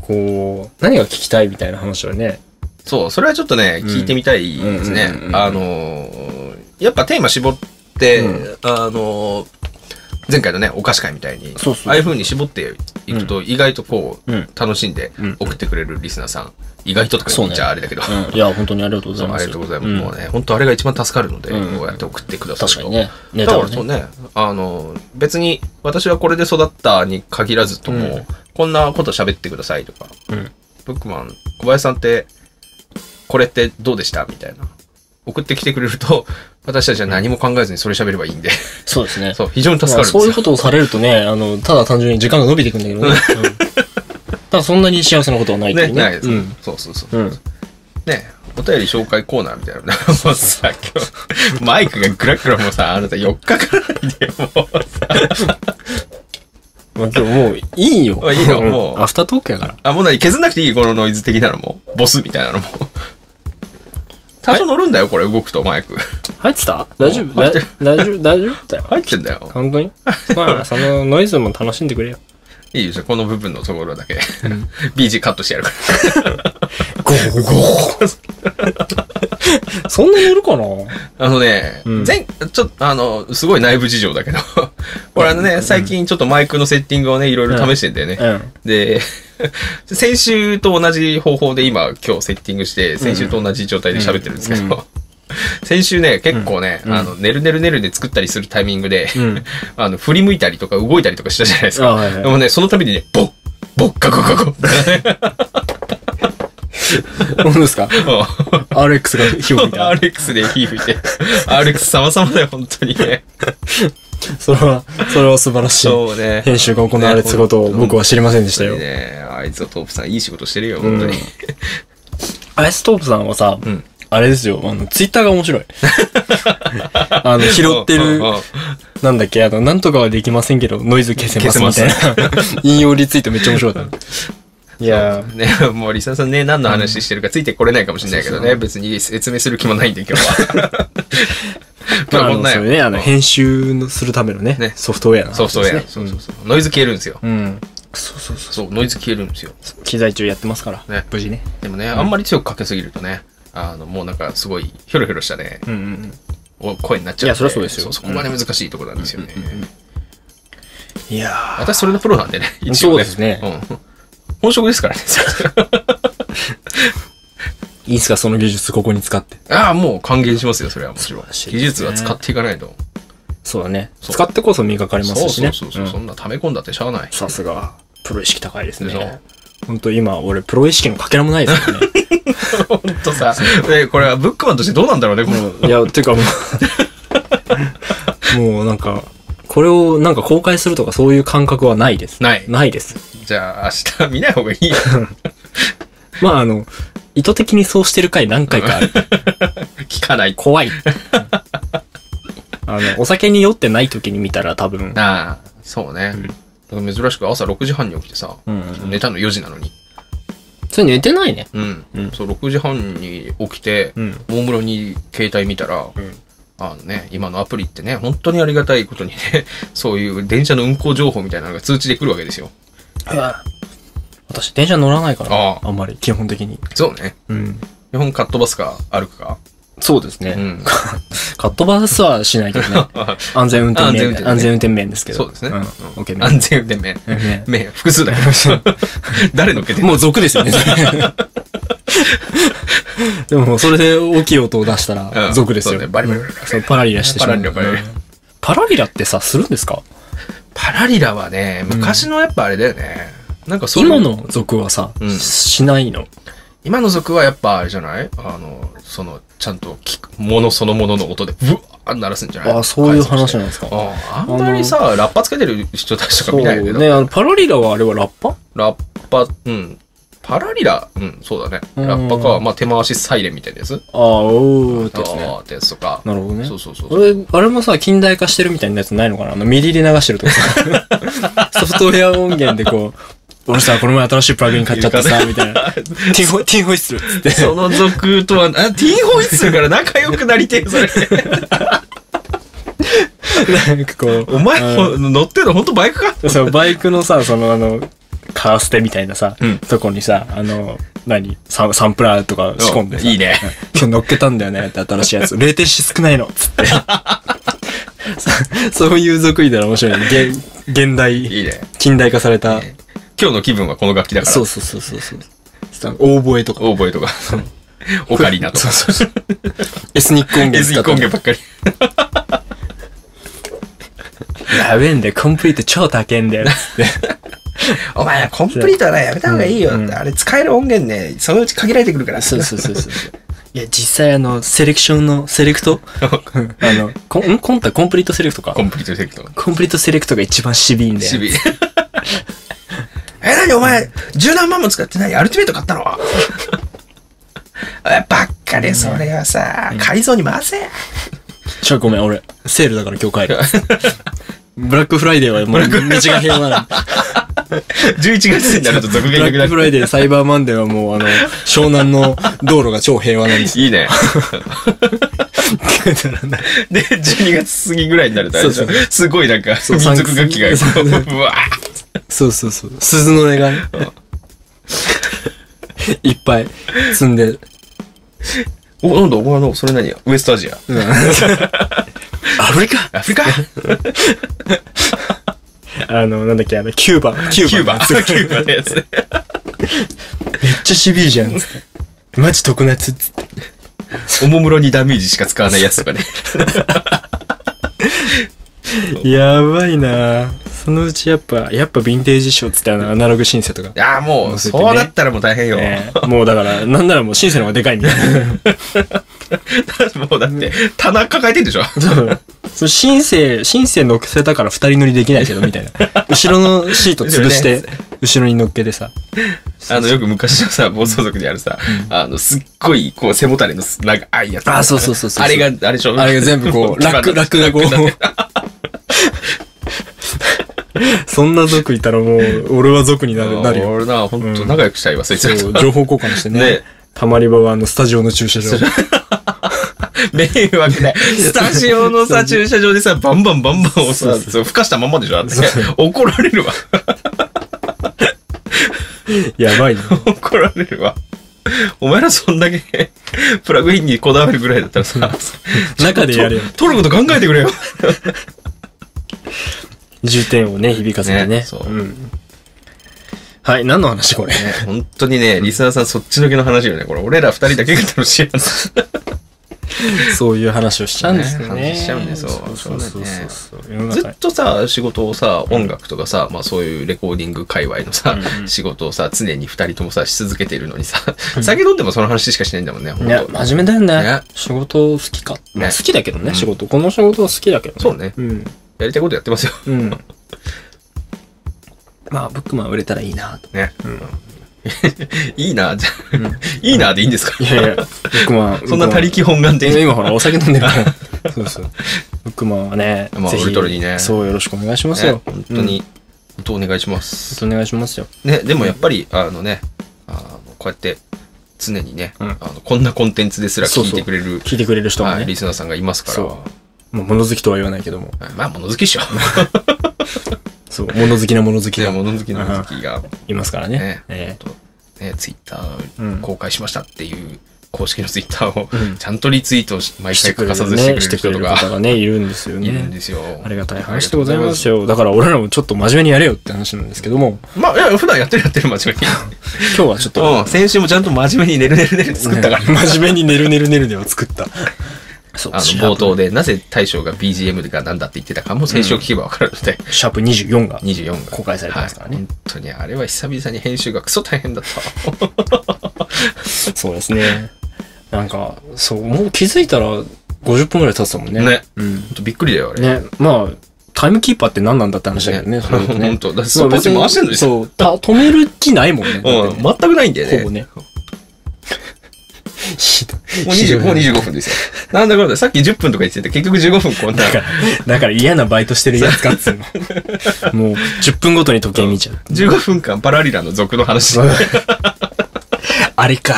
[SPEAKER 2] こう、何が聞きたいみたいな話はね。
[SPEAKER 1] そう、それはちょっとね、
[SPEAKER 2] うん
[SPEAKER 1] 聞いてみたいですね
[SPEAKER 2] うんうんうんう。ん
[SPEAKER 1] あのー、やっぱテーマ絞って、
[SPEAKER 2] う
[SPEAKER 1] あのー、前回のね、お菓子会みたいに、
[SPEAKER 2] そうそう
[SPEAKER 1] ああいう風に絞っていくと、意外とこう、
[SPEAKER 2] うん
[SPEAKER 1] 楽しんで
[SPEAKER 2] うん
[SPEAKER 1] 送ってくれるリスナーさん、意外ととか言っちゃあれだけど、
[SPEAKER 2] うん。いや、本当にありがとうご
[SPEAKER 1] そ
[SPEAKER 2] ざいうま
[SPEAKER 1] あ
[SPEAKER 2] す。
[SPEAKER 1] りがとうございます。
[SPEAKER 2] ん
[SPEAKER 1] もうね、本当あれが一番助かるので、
[SPEAKER 2] うん
[SPEAKER 1] こうやって送ってくださる
[SPEAKER 2] 確
[SPEAKER 1] と。
[SPEAKER 2] かにね。ネ
[SPEAKER 1] だ
[SPEAKER 2] タ
[SPEAKER 1] か
[SPEAKER 2] を
[SPEAKER 1] らそう
[SPEAKER 2] ね。
[SPEAKER 1] ね、あの、別に私はこれで育ったに限らずとも、
[SPEAKER 2] うん
[SPEAKER 1] こんなこと喋ってくださいとか、
[SPEAKER 2] うん。
[SPEAKER 1] ブックマン、小林さんって、これってどうでしたみたいな。送ってきてくれると、 私たちは何も考えずにそれ喋ればいい んで、
[SPEAKER 2] そうですね。
[SPEAKER 1] そう、非常に助か
[SPEAKER 2] ま
[SPEAKER 1] るん
[SPEAKER 2] あ
[SPEAKER 1] です
[SPEAKER 2] そういう
[SPEAKER 1] よ。
[SPEAKER 2] ことをされるとね、あの、ただ単純に時間が伸びていくんだけどね。うん ただそんなに幸せなことはないとい
[SPEAKER 1] ね、
[SPEAKER 2] う
[SPEAKER 1] ない
[SPEAKER 2] ね
[SPEAKER 1] で。す、
[SPEAKER 2] うん。
[SPEAKER 1] そうそうそう。
[SPEAKER 2] うん。
[SPEAKER 1] ね、お便り紹介コーナーみたいな。もうさ、今日、マイクがグラグラもうさ、あなた4日からないで、もうさ。
[SPEAKER 2] まあ今日もういいよ。
[SPEAKER 1] いいよもう
[SPEAKER 2] うんアフタートークやから。
[SPEAKER 1] あ、もう何削んなくていいこのノイズ的なのも。ボスみたいな のも。多少乗るんだよ、これ動くとマイク。
[SPEAKER 2] 入ってた大丈夫
[SPEAKER 1] 入
[SPEAKER 2] だ
[SPEAKER 1] ってる
[SPEAKER 2] 大丈夫大丈夫だよ。
[SPEAKER 1] 入ってんだよ。
[SPEAKER 2] 本当 にまあ、そのノイズも楽しんでくれよ。
[SPEAKER 1] いいでしょ、この部分のところだけ。BG カットしてやるか
[SPEAKER 2] ゴーゴー そんな乗るかな
[SPEAKER 1] ら。あのね、
[SPEAKER 2] うん
[SPEAKER 1] 前、ちょっと、あの、すごい内部事情だけど。 これあのね、最近ちょっとマイクのセッティングをね、いろいろ試してんだよね。
[SPEAKER 2] うん。
[SPEAKER 1] で、 先週と同じ方法で今、今日セッティングして、先週と同じ状態で喋ってるんですけど、
[SPEAKER 2] うんう
[SPEAKER 1] 先週ね、結構ね、
[SPEAKER 2] うん
[SPEAKER 1] あの、ねるねるねるで作ったりするタイミングで、
[SPEAKER 2] うん。
[SPEAKER 1] あの、振り向いたりとか動いたりとかしたじゃないです
[SPEAKER 2] あ
[SPEAKER 1] か。
[SPEAKER 2] はいはい
[SPEAKER 1] でもね、その度にね、ボッ、ボッカコカコ。
[SPEAKER 2] 何ですか ?RX が火を吹いた
[SPEAKER 1] ア。レックスで火吹いて。アレックス様々だよ、本当にね。
[SPEAKER 2] それは、 それは素晴らしい。
[SPEAKER 1] そうね。
[SPEAKER 2] 編集が行われてたことを僕は知りませんでした
[SPEAKER 1] 本当
[SPEAKER 2] よ
[SPEAKER 1] に。ね、あいつはトープさんいい仕事してるよ、本当に。
[SPEAKER 2] アイストープさんはさ、
[SPEAKER 1] ん
[SPEAKER 2] あれですよ、あの、ツイッターが面 白い。あの、拾って
[SPEAKER 1] う
[SPEAKER 2] る
[SPEAKER 1] んう、んうん
[SPEAKER 2] なんだっけ、あの、なんとかはできませんけど、ノイズ消せますみたいな。 引用リツイートめっちゃ面白 かった。いやー、
[SPEAKER 1] ね、 もうリサさんね、何の話してるかついてこれないかもしれないけどね、別に説明する気もないんで、今日は。
[SPEAKER 2] まあ、あ
[SPEAKER 1] こん
[SPEAKER 2] の、
[SPEAKER 1] な
[SPEAKER 2] そ
[SPEAKER 1] よ
[SPEAKER 2] れね、あの、編集のするためのね、
[SPEAKER 1] ね
[SPEAKER 2] ソフトウェアの、
[SPEAKER 1] ソフトウェア。そうそうそう。ノイズ消えるんですよ。
[SPEAKER 2] う。うん。そうそうそ
[SPEAKER 1] そう、ノイズ消えるんですよ。
[SPEAKER 2] う。機材中やってますから、
[SPEAKER 1] ね
[SPEAKER 2] 無事ね。
[SPEAKER 1] でもね、あんまり強くかけすぎるとね、あの、もうなんかすごい、ひょろひょろしたね、
[SPEAKER 2] うんうんうん。
[SPEAKER 1] お声になっちゃう
[SPEAKER 2] いやそりゃそうですよ
[SPEAKER 1] そこまで難しいところなんですよね。
[SPEAKER 2] いやー。
[SPEAKER 1] 私それのプロなんでね、一応ね。
[SPEAKER 2] そうです
[SPEAKER 1] ね。ん。本職です からね。
[SPEAKER 2] いいっすか、その技術ここに使って。
[SPEAKER 1] ああ、もう還元しますよ、それはもちろん。
[SPEAKER 2] 素晴らしいです
[SPEAKER 1] 技
[SPEAKER 2] ね
[SPEAKER 1] 術は使っていかないと。
[SPEAKER 2] そうだね。
[SPEAKER 1] そう
[SPEAKER 2] 使ってこそ磨かれま
[SPEAKER 1] そ
[SPEAKER 2] す
[SPEAKER 1] う
[SPEAKER 2] し
[SPEAKER 1] そ
[SPEAKER 2] ね。
[SPEAKER 1] うそうそう、
[SPEAKER 2] うん
[SPEAKER 1] そんな溜め込んだってしゃあない。
[SPEAKER 2] さすが、プロ意識高いです
[SPEAKER 1] でしょ
[SPEAKER 2] ね。本当今、俺、プロ意識のかけらもないですからね。
[SPEAKER 1] ほんとさ、えこれはブックマンとしてどうなんだろうね、こ の。
[SPEAKER 2] いや、ていうかもう、もうなんか、これをなんか公開するとかそういう感覚はないです。
[SPEAKER 1] ない
[SPEAKER 2] ないです。
[SPEAKER 1] じゃあ、明日見ない方がいいよ。
[SPEAKER 2] まああの、意図的にそうしてる回何回かある。
[SPEAKER 1] 聞かない。
[SPEAKER 2] 怖い。あの、お酒に酔ってない時に見たら多分、
[SPEAKER 1] ああ、そうね。だから珍しく朝6時半に起きてさ、
[SPEAKER 2] うんうん
[SPEAKER 1] 寝たの4時なのに。
[SPEAKER 2] それ寝てないね。
[SPEAKER 1] うん。
[SPEAKER 2] うん
[SPEAKER 1] そう、6時半に起きて、
[SPEAKER 2] うん。
[SPEAKER 1] 大室に携帯見たら、
[SPEAKER 2] うん
[SPEAKER 1] あのね、今のアプリってね、本当にありがたいことにね、 そういう電車の運行情報みたいなのが通知で来るわけですよ。
[SPEAKER 2] 私、電車乗らないから、
[SPEAKER 1] ああ、
[SPEAKER 2] あんまり、基本的に。
[SPEAKER 1] そうね。
[SPEAKER 2] うん。
[SPEAKER 1] 基本かっ飛ばすか歩くか。
[SPEAKER 2] そうですね。
[SPEAKER 1] うん。
[SPEAKER 2] カットバスはしないけど ね。安全運転面
[SPEAKER 1] 安
[SPEAKER 2] で。安
[SPEAKER 1] 全
[SPEAKER 2] 全運転面ですけど。
[SPEAKER 1] そうですね。
[SPEAKER 2] ん。
[SPEAKER 1] うん
[SPEAKER 2] OK 面
[SPEAKER 1] 安全運転面。
[SPEAKER 2] ね。
[SPEAKER 1] 面、複数だけ ど。誰のっけてんの
[SPEAKER 2] もう俗 ですよね。でも、それで大きい音を出したら、
[SPEAKER 1] うん
[SPEAKER 2] 俗ですよ。
[SPEAKER 1] そうねバリバリバリ
[SPEAKER 2] うんそうパラリラしてしまう。
[SPEAKER 1] パラリラパラリラ
[SPEAKER 2] うんパラリラってさ、するんですか
[SPEAKER 1] パラリラはね、昔のやっぱあれだよね。なんかそう
[SPEAKER 2] 今の俗はさ
[SPEAKER 1] うん、
[SPEAKER 2] しないの。
[SPEAKER 1] 今の族はやっぱあれじゃないあの、その、ちゃんと聞く、ものそのものの音で、ブワー鳴らすんじゃない
[SPEAKER 2] あそういう話なんですか
[SPEAKER 1] 改造してあああんまりさ、ラッパつけてる人たちとか見ないけど、
[SPEAKER 2] ね、あの、パラリラはあれはラッパ
[SPEAKER 1] ラッパ、うん。パラリラ、うん、そうだね。
[SPEAKER 2] うん
[SPEAKER 1] ラッパか、まあ、手回しサイレンみたいなやつ。
[SPEAKER 2] ああ、おーってやつね。
[SPEAKER 1] ああ、ってやつとか。
[SPEAKER 2] なるほどね
[SPEAKER 1] そ。うそうそうそう。
[SPEAKER 2] 俺、あれもさ、近代化してるみたいなやつないのかなあの、ミディで流してるとかさ ソフトウェア音源でこう、俺さ、この前新しいプラグイン買っちゃってさ、みた いな。ティンホイ、ティンホイッスルっつって。
[SPEAKER 1] その族とは、あ、ティーホイッスルから仲良くなりてえ、それ。
[SPEAKER 2] なんかこう、
[SPEAKER 1] お前、
[SPEAKER 2] う
[SPEAKER 1] ほ乗ってるの本当バイクか
[SPEAKER 2] んそう、バイクのさ、そのあの、カーステみたいなさ、
[SPEAKER 1] うん
[SPEAKER 2] とこにさ、あの、何サンサンプラーとか仕込んでさ、
[SPEAKER 1] いいね。
[SPEAKER 2] 今日乗っけたんだよねって新しいやつ。0点子少ないのっ つって。そそういう俗いたら面白いね。現現代、
[SPEAKER 1] いいね。
[SPEAKER 2] 近代化された。
[SPEAKER 1] ね今日の気分はこの楽器だから。
[SPEAKER 2] そうそうそうそうそう。大声とか。
[SPEAKER 1] オーボエと か、オカリナとか、
[SPEAKER 2] そうそうそう。エスニック
[SPEAKER 1] エ
[SPEAKER 2] 音源
[SPEAKER 1] ズ
[SPEAKER 2] 使
[SPEAKER 1] ニッ
[SPEAKER 2] っ
[SPEAKER 1] ク
[SPEAKER 2] た
[SPEAKER 1] 音源ばっかり。
[SPEAKER 2] やべえんだよ、コンプリート超高えんだよ。つって
[SPEAKER 1] お前、コンプリートはね、やめた方がいいよ。あれ、使える音源ね、そのうち限られてくるから。
[SPEAKER 2] そうそうそうそうそう。いや、実際あの、セレクションの、セレクト あの、コン、んコンタ、コンプリートセレクトか
[SPEAKER 1] コ。ンプリートセクトの。
[SPEAKER 2] コンプリートセレクトが一番しびいんだ
[SPEAKER 1] シ
[SPEAKER 2] よ。
[SPEAKER 1] ビ。 え、なにお前、十何万も使って何アルティメット買ったの えばっかり、それはさ、改造に回 せ。
[SPEAKER 2] ちょ、ごめん、俺、セールだから今日帰る。 ブラックフライデーはもう道が平和なの。
[SPEAKER 1] 11月になると続
[SPEAKER 2] ブ ラックフライデー、サイバーマンデーはもうあの、湘南の道路が超平和なん ですよ。
[SPEAKER 1] いいね。
[SPEAKER 2] だから
[SPEAKER 1] で、12月過ぎぐらいになるとあれでしょ、
[SPEAKER 2] そうそ
[SPEAKER 1] すごいなんか、
[SPEAKER 2] そう
[SPEAKER 1] 民族楽器が、
[SPEAKER 2] そうそう
[SPEAKER 1] うわー
[SPEAKER 2] そうそうそう。鈴の音がね。いっぱい積んで。うん。
[SPEAKER 1] お、なんだ、お前の、それ何ウエストアジア。
[SPEAKER 2] アフリカ
[SPEAKER 1] アフリカ
[SPEAKER 2] あの、なんだっけ、あの、キューバ。キュ
[SPEAKER 1] キュー
[SPEAKER 2] ー
[SPEAKER 1] バ
[SPEAKER 2] バ。。
[SPEAKER 1] キューバのやつね。
[SPEAKER 2] めっちゃしびいじゃん。つってマジ特夏っつって。
[SPEAKER 1] おもむろにダメージしか使わないやつとか ね。
[SPEAKER 2] やばいなそのうちやっぱ、やっぱヴィンテージショーつってあの、アナログシンセとか。
[SPEAKER 1] いやーもう、
[SPEAKER 2] 乗せてね
[SPEAKER 1] そうだったらもう大変よ。
[SPEAKER 2] ねもうだから、なんならもうシンセの方がでかいみたいな。
[SPEAKER 1] もうだって、棚抱えてんでしょ
[SPEAKER 2] そう。そう、シンセ、シンセ乗せたから二人乗りできないけど、みたいな。後ろのシート潰して、後ろに乗っけてさ。
[SPEAKER 1] あの、よく昔のさ、暴走族であるさ、あの、すっごい、こう、背もたれのす、なんか、あいやつ。
[SPEAKER 2] あそうそうそうそう
[SPEAKER 1] あれが、あれでしょ
[SPEAKER 2] あれが全部 こう、ラック、ラックがこう。そんな族いたらもう、俺は族になる、なるよ。
[SPEAKER 1] 俺な、ほんと仲良くしたいわ、そいつら
[SPEAKER 2] そう
[SPEAKER 1] と。
[SPEAKER 2] 情報交換して
[SPEAKER 1] ね
[SPEAKER 2] ね。たまり場はあの、スタジオの駐車 場。
[SPEAKER 1] 迷惑 だよ。スタジオのさ、駐車場でさ、バンバンバンバンをさ、そうふかしたまんまでしょだって怒られるわ。
[SPEAKER 2] やばいな。
[SPEAKER 1] 怒られるわ。お前らそんだけ、プラグインにこだわるぐらいだったら さ、
[SPEAKER 2] 中でやれよ。
[SPEAKER 1] 取ること考えてくれよ。
[SPEAKER 2] 重点をね、響かせて
[SPEAKER 1] ね
[SPEAKER 2] ね。
[SPEAKER 1] そう
[SPEAKER 2] うんはい、何の話これ。
[SPEAKER 1] 本当にね、リスナーさんそっちのけの話よね。これ、俺ら二人だけが楽しい話。
[SPEAKER 2] そういう話をしちゃうんですよね。
[SPEAKER 1] 話しちゃうんですよ
[SPEAKER 2] そうそうそうそう世の
[SPEAKER 1] ず
[SPEAKER 2] 中
[SPEAKER 1] っとさ、仕事をさ、音楽とかさ、まあそういうレコーディング界隈のさ、
[SPEAKER 2] うんうん
[SPEAKER 1] 仕事をさ、常に二人ともさ、し続けているのにさ、酒飲んでもその話しかしないんだもんね、ほん
[SPEAKER 2] に。ね
[SPEAKER 1] と、。
[SPEAKER 2] 真面目だよね
[SPEAKER 1] ね。
[SPEAKER 2] 仕事好きか。まあ
[SPEAKER 1] ね
[SPEAKER 2] 好きだけど
[SPEAKER 1] う
[SPEAKER 2] ね、
[SPEAKER 1] ん
[SPEAKER 2] 仕事。この仕事は好きだけど
[SPEAKER 1] そうね
[SPEAKER 2] うん。
[SPEAKER 1] やりたいことやってますよ。
[SPEAKER 2] うん。まあ、ブックマン売れたらいいなと。
[SPEAKER 1] ね。
[SPEAKER 2] うん
[SPEAKER 1] いいな、じゃあ
[SPEAKER 2] うん
[SPEAKER 1] いいなでいいんですか
[SPEAKER 2] いやいや、ブックマン。
[SPEAKER 1] そんな他力本願
[SPEAKER 2] で、
[SPEAKER 1] で。
[SPEAKER 2] 今ほら、お酒飲んでるから。 そうそう。ブックマンはね、
[SPEAKER 1] まあ
[SPEAKER 2] ぜひ
[SPEAKER 1] ウルトラにね
[SPEAKER 2] そう、よろしくお願いします
[SPEAKER 1] ね
[SPEAKER 2] よ。
[SPEAKER 1] 本当
[SPEAKER 2] うん。
[SPEAKER 1] に、本当お願いしま
[SPEAKER 2] 本
[SPEAKER 1] す。
[SPEAKER 2] 当お願いしますよ。
[SPEAKER 1] ね、でもやっぱり、あのね、あのこうやって、常にね、
[SPEAKER 2] うん
[SPEAKER 1] あの、こんなコンテンツですら聞いてくれる、
[SPEAKER 2] 聞いてくれる人が
[SPEAKER 1] はい
[SPEAKER 2] ね
[SPEAKER 1] リ。スナーさんがいますから、
[SPEAKER 2] そまあ、物好きとは言わないけども。
[SPEAKER 1] はいまあ、物好 きっしょ。
[SPEAKER 2] そう、物好きな物好き
[SPEAKER 1] いや、
[SPEAKER 2] が
[SPEAKER 1] 物好きの好きが、
[SPEAKER 2] いますからね
[SPEAKER 1] ね。、
[SPEAKER 2] え
[SPEAKER 1] ほんとね、ツイッタ
[SPEAKER 2] う
[SPEAKER 1] ー
[SPEAKER 2] ん
[SPEAKER 1] 公開しましたっていう、公式のツイッターを
[SPEAKER 2] うん、
[SPEAKER 1] ちゃんとリツイートし、毎
[SPEAKER 2] え。
[SPEAKER 1] 回欠かさずしてく
[SPEAKER 2] ね、
[SPEAKER 1] れ
[SPEAKER 2] して
[SPEAKER 1] る
[SPEAKER 2] く
[SPEAKER 1] 人
[SPEAKER 2] れ
[SPEAKER 1] と
[SPEAKER 2] る
[SPEAKER 1] か、
[SPEAKER 2] 方がね、いるんですよ
[SPEAKER 1] いるん
[SPEAKER 2] ね
[SPEAKER 1] で。すよ。
[SPEAKER 2] ありがたい話でございますよ。だから俺らもちょっと真面目にやれよって話なんですけども、
[SPEAKER 1] ありがとうございます。まあ、いや、普段やってるやってる、真面
[SPEAKER 2] 今日はちょっ
[SPEAKER 1] 目に。
[SPEAKER 2] と、
[SPEAKER 1] うん、先週もちゃんと真面目にねるねるねる作ったから。
[SPEAKER 2] ね真面目にねるねるねるねを作った。そ
[SPEAKER 1] あの、冒頭で、なぜ大将が BGM が何だって言ってたかも、先週聞けばわかるので、
[SPEAKER 2] シャープ24が
[SPEAKER 1] 24が。
[SPEAKER 2] 公開されてますからね
[SPEAKER 1] はい本当に、あれは久々に編集がクソ大変だったわ。
[SPEAKER 2] そうですね。なんか、そう、もう気づいたら50分ぐらい経ってたもんね。
[SPEAKER 1] ね。
[SPEAKER 2] うん。
[SPEAKER 1] ほんとびっくりだよ、あれ。
[SPEAKER 2] ね、まあ、タイムキーパーって何なんだって話だけどね、
[SPEAKER 1] ね
[SPEAKER 2] それね。
[SPEAKER 1] 本当だって
[SPEAKER 2] まあ
[SPEAKER 1] ストップウォッチ
[SPEAKER 2] 別に
[SPEAKER 1] 回してんのに
[SPEAKER 2] そう、た止める気ないもんね。だ
[SPEAKER 1] う
[SPEAKER 2] って
[SPEAKER 1] ん、全くないんだよね。
[SPEAKER 2] ほぼね。ひどい
[SPEAKER 1] もう25もう25分ですよ。なんだかんだ、さっき10分とか言ってて、結局15分こんな
[SPEAKER 2] だ。から、だから嫌なバイトしてるやつかっつうの。もう、10分ごとに時計見ちゃう。
[SPEAKER 1] 15分間パラリラの続の話。今
[SPEAKER 2] あれか。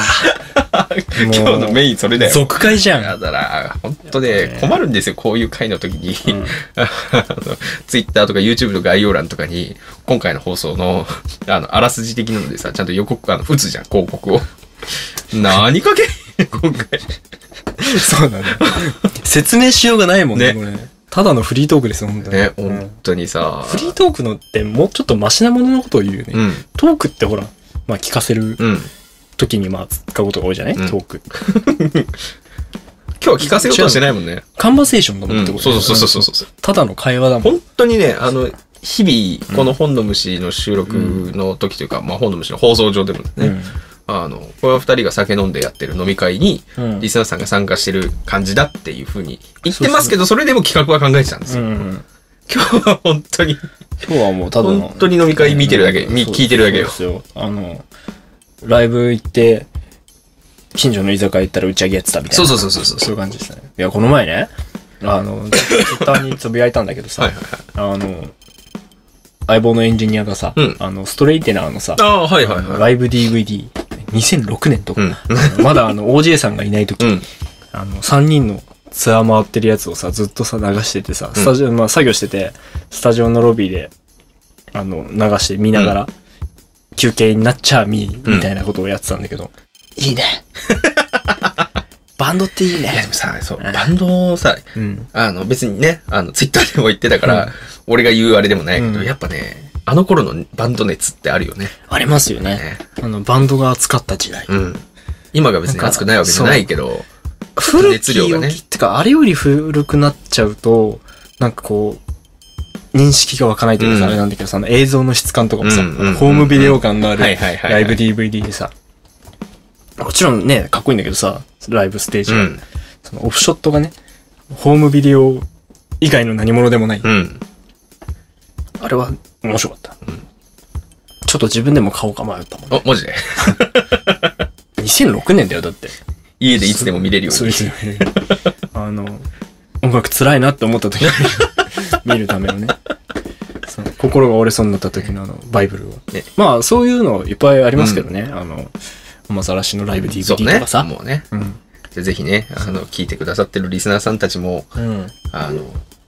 [SPEAKER 1] 日のメインそれだよ。
[SPEAKER 2] 続会じゃ
[SPEAKER 1] だ
[SPEAKER 2] ん。
[SPEAKER 1] から、本当
[SPEAKER 2] やっぱ
[SPEAKER 1] ね
[SPEAKER 2] ね、
[SPEAKER 1] 困るんですよ、こういう回の時に
[SPEAKER 2] うん。
[SPEAKER 1] ツイッターとか YouTube の概要欄とかに、今回の放送の、あの、あらすじ的なのでさ、ちゃんと予告、あの、打つじゃん、広告 を。何かけ今回。
[SPEAKER 2] そうだね。説明しようがないもんね、
[SPEAKER 1] ね
[SPEAKER 2] これ。ただのフリートークですよ、本当に。
[SPEAKER 1] ね、
[SPEAKER 2] うん
[SPEAKER 1] 本当にさ。
[SPEAKER 2] フリートークのってもうちょっとマシなもののことを言うよね。
[SPEAKER 1] うん、
[SPEAKER 2] トークってほら、まあ聞かせる
[SPEAKER 1] うん。
[SPEAKER 2] 時にまあ使うことが多いじゃない、
[SPEAKER 1] うん
[SPEAKER 2] トーク。
[SPEAKER 1] 今日は聞かせようとはしてないもんね。
[SPEAKER 2] カンバセーションだも
[SPEAKER 1] うん
[SPEAKER 2] っ
[SPEAKER 1] ん、
[SPEAKER 2] て
[SPEAKER 1] そ
[SPEAKER 2] こ
[SPEAKER 1] う
[SPEAKER 2] と
[SPEAKER 1] そ
[SPEAKER 2] だよ
[SPEAKER 1] うそ
[SPEAKER 2] ね
[SPEAKER 1] うそうそう。
[SPEAKER 2] ただの会話だもん。
[SPEAKER 1] 本当にね、あの、日々、この本の虫の収録の時というか、まあ本の虫の放送上でもね、
[SPEAKER 2] うん
[SPEAKER 1] あの、これは二人が酒飲んでやってる飲み会に、
[SPEAKER 2] うん
[SPEAKER 1] リスナーさんが参加してる感じだっていうふうに言ってますけど、それでも企画は考えてたんです
[SPEAKER 2] う
[SPEAKER 1] よ。
[SPEAKER 2] ん。
[SPEAKER 1] 今日は本当に、
[SPEAKER 2] 今日はもうただの。
[SPEAKER 1] 本当に飲み会見てるだけみ
[SPEAKER 2] そう
[SPEAKER 1] 聞いてるだけよ
[SPEAKER 2] そうですよ。あの、ライブ行って、近所の居酒屋行ったら打ち上げやってたみたい
[SPEAKER 1] そ
[SPEAKER 2] な。
[SPEAKER 1] うそうそうそうそう。
[SPEAKER 2] そういう感じですね。いや、この前ね、あの、ツイッターにつぶやいたんだけどさ、
[SPEAKER 1] はいはいはい。
[SPEAKER 2] あの、相棒のエンジニアがさ、
[SPEAKER 1] うん
[SPEAKER 2] あの、ストレイテナーのさ、
[SPEAKER 1] ああ、はいはいはい。
[SPEAKER 2] ライブ DVD、2006年とか、
[SPEAKER 1] うん
[SPEAKER 2] あの まだあの、OJ さんがいない時、
[SPEAKER 1] うん。
[SPEAKER 2] あの、3人のツアー回ってるやつをさ、ずっとさ、流しててさ、スタジオ、まあ、作業してて、スタジオのロビーで、あの、流して見ながら、休憩になっちゃみ、
[SPEAKER 1] うん
[SPEAKER 2] みたいなことをやってたんだけど、いいね。 バンドっていい
[SPEAKER 1] いや
[SPEAKER 2] ね
[SPEAKER 1] で。もさ、そう、バンドをさ、
[SPEAKER 2] うん。
[SPEAKER 1] あの別にね、あのツイッターでも言ってたか
[SPEAKER 2] う
[SPEAKER 1] ら
[SPEAKER 2] ん、
[SPEAKER 1] 俺が言うあれでもないけど、
[SPEAKER 2] うん
[SPEAKER 1] やっぱね、あの頃のバンド熱ってあるよね。
[SPEAKER 2] ありますよね。
[SPEAKER 1] ね
[SPEAKER 2] あの、バンドが熱かった時代。
[SPEAKER 1] うん。今が別に熱くないわけじゃないけど、
[SPEAKER 2] 古
[SPEAKER 1] 熱
[SPEAKER 2] き
[SPEAKER 1] 量
[SPEAKER 2] 良
[SPEAKER 1] が
[SPEAKER 2] き、
[SPEAKER 1] ね
[SPEAKER 2] ってか、あれより古くなっちゃうと、なんかこう、認識が湧かないというかさ、
[SPEAKER 1] うん
[SPEAKER 2] あれなんだけどさ、あの映像の質感とかもさ、
[SPEAKER 1] うんうんうん
[SPEAKER 2] ホームビデオ感のある
[SPEAKER 1] はいはいはいは
[SPEAKER 2] ラ
[SPEAKER 1] い
[SPEAKER 2] イブ DVD でさ、もちろんね、かっこいいんだけどさ、ライブステージ
[SPEAKER 1] う
[SPEAKER 2] が、
[SPEAKER 1] ん。
[SPEAKER 2] そのオフショットがね、ホームビデオ以外の何物でもない。
[SPEAKER 1] うん。
[SPEAKER 2] あれは面白かった。ちょっと自分でも買おうか迷ったもん。
[SPEAKER 1] お、マジで
[SPEAKER 2] 2006年だよ、だって。
[SPEAKER 1] 家 でいつでも見れるよう
[SPEAKER 2] そう
[SPEAKER 1] に。
[SPEAKER 2] ですよね。あの、音楽辛いなって思った 時に見るためのね。そう心が折れそうになった時のあの、バイブルを。
[SPEAKER 1] ね
[SPEAKER 2] まあ、そういうのいっぱいありますけどね。あの、まさらしのライブ
[SPEAKER 1] そう
[SPEAKER 2] DVD と
[SPEAKER 1] ね
[SPEAKER 2] かさ。。
[SPEAKER 1] もうね。
[SPEAKER 2] うん。
[SPEAKER 1] じゃあぜひね、あの、聞いてくださってるリスナーさんたちも、
[SPEAKER 2] うん。
[SPEAKER 1] あの、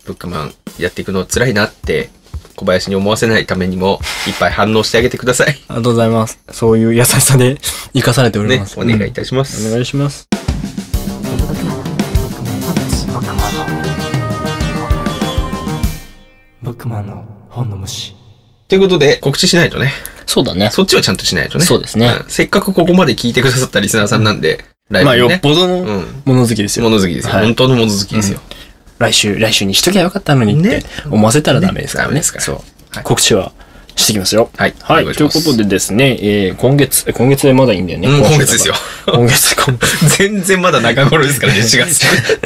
[SPEAKER 1] ブックマンやっていくの辛いなって、小林に思わせないためにも、いっぱい反応してあげてください。
[SPEAKER 2] ありがとうございます。そういう優しさで 生かされており
[SPEAKER 1] ね
[SPEAKER 2] ま、す。
[SPEAKER 1] お願いいたしま
[SPEAKER 2] うんお
[SPEAKER 1] す。
[SPEAKER 2] 願いします。ブックマンの本の虫。
[SPEAKER 1] ということで、告知しないとね。
[SPEAKER 2] そうだね。
[SPEAKER 1] そっちはちゃんとしないとね。
[SPEAKER 2] そうですね
[SPEAKER 1] んせっかくここまで聞いてくださったリスナーさんなんで、ライ
[SPEAKER 2] ま
[SPEAKER 1] ブ
[SPEAKER 2] あ、
[SPEAKER 1] に
[SPEAKER 2] よ
[SPEAKER 1] ね
[SPEAKER 2] っ。ぽどの
[SPEAKER 1] うん
[SPEAKER 2] 物好きですよ。
[SPEAKER 1] 物好きですよ。
[SPEAKER 2] はい
[SPEAKER 1] 本当の物好きですよ。
[SPEAKER 2] 来週、来週にしときゃよかったのにって
[SPEAKER 1] ね
[SPEAKER 2] 思わせたらダメですからね。
[SPEAKER 1] ダメですから
[SPEAKER 2] そう。
[SPEAKER 1] はい
[SPEAKER 2] 告知はしてきますよ。
[SPEAKER 1] はい
[SPEAKER 2] はい。
[SPEAKER 1] お願いし
[SPEAKER 2] という
[SPEAKER 1] ます
[SPEAKER 2] ことでですね、えー、今月、え今月でまだいいんだよね。
[SPEAKER 1] うん今月
[SPEAKER 2] 週だから 今月、今 月
[SPEAKER 1] 全然まだ中頃ですからね、4月。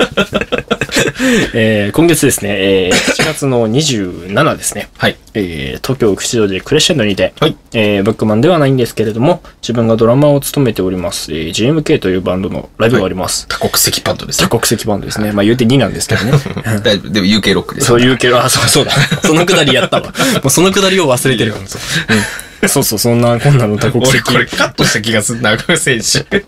[SPEAKER 2] えー今月ですね、えー、7月の27ですね。
[SPEAKER 1] はい。
[SPEAKER 2] えー東京口道でクレッシェンドにて、
[SPEAKER 1] はい
[SPEAKER 2] えーブックマンではないんですけれども、自分がドラマーを務めております、えー GMK というバンドのライブがあります。
[SPEAKER 1] 多国籍バンドです
[SPEAKER 2] 多
[SPEAKER 1] ね。
[SPEAKER 2] 国籍バンドですね。まあ言うて2なんですけ どね。
[SPEAKER 1] だいぶでも UK ロックです。
[SPEAKER 2] そういう系は、あそうそうだ。 そのくだりやったわ。もうそのくだりを忘れてる。うんそうそう、そんな、こんなの多国
[SPEAKER 1] 俺
[SPEAKER 2] 籍
[SPEAKER 1] こ。れカットした気がするな、赤選 手。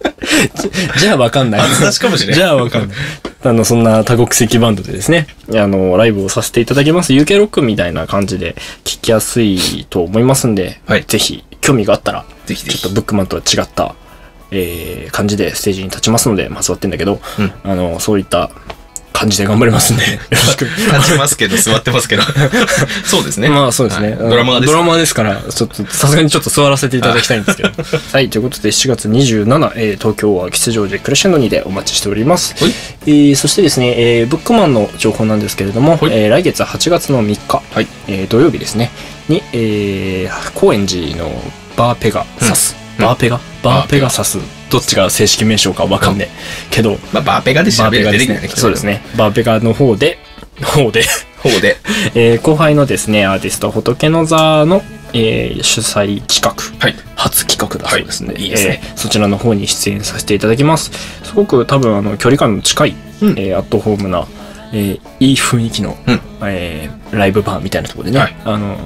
[SPEAKER 2] じゃあわかんない。
[SPEAKER 1] 恥ずかしかもしれん
[SPEAKER 2] じゃあわかんない。あの、そんな多国籍バンドでですね、あの、ライブをさせていただきます。UK ロックみたいな感じで聞きやすいと思いますんで、
[SPEAKER 1] はい
[SPEAKER 2] ぜひ、興味があったら、
[SPEAKER 1] ぜひぜひ
[SPEAKER 2] ちょっとブックマンとは違った、えー、感じでステージに立ちますので、まあ座ってんだけど、
[SPEAKER 1] うん
[SPEAKER 2] あの、そういった感じで頑張りますんで、よろしく。
[SPEAKER 1] 立ちますけど、座ってますけど。 そうですね。
[SPEAKER 2] まあそうですね。
[SPEAKER 1] はい
[SPEAKER 2] あの
[SPEAKER 1] ドラマーです。
[SPEAKER 2] ドラマーですから、ちょっと、さすがにちょっと座らせていただきたいん ですけど。はい、ということで7月27、えー東京は吉祥寺クレッシェンドにでお待ちしております。
[SPEAKER 1] はい
[SPEAKER 2] えーそしてですね、えーブックマンの情報なんですけれども、
[SPEAKER 1] はい
[SPEAKER 2] えー来月8月の3日、
[SPEAKER 1] はい
[SPEAKER 2] えー土曜日ですね、に、えー高円寺のバーペガサス、
[SPEAKER 1] うん
[SPEAKER 2] バーペガバーペガサス、どっちが正式名称かわかんねえけど、
[SPEAKER 1] まあ、バーペガで調
[SPEAKER 2] バー
[SPEAKER 1] べ
[SPEAKER 2] ペ
[SPEAKER 1] る
[SPEAKER 2] ガ
[SPEAKER 1] 出
[SPEAKER 2] で
[SPEAKER 1] てきたね
[SPEAKER 2] すね。。そうです。ね。バーペガの方で、方で。
[SPEAKER 1] 方で。
[SPEAKER 2] えー後輩のですねアーティスト仏の座の、えー主催企画
[SPEAKER 1] はい。
[SPEAKER 2] 初企画だそうですね,、
[SPEAKER 1] はいいいですね
[SPEAKER 2] えーそちらの方に出演させていただきますすごく多分あの距離感の近い、
[SPEAKER 1] うん
[SPEAKER 2] えーアットホームな、えーいい雰囲気の、
[SPEAKER 1] うん
[SPEAKER 2] えーライブバーみたいなところでね、
[SPEAKER 1] はい
[SPEAKER 2] あの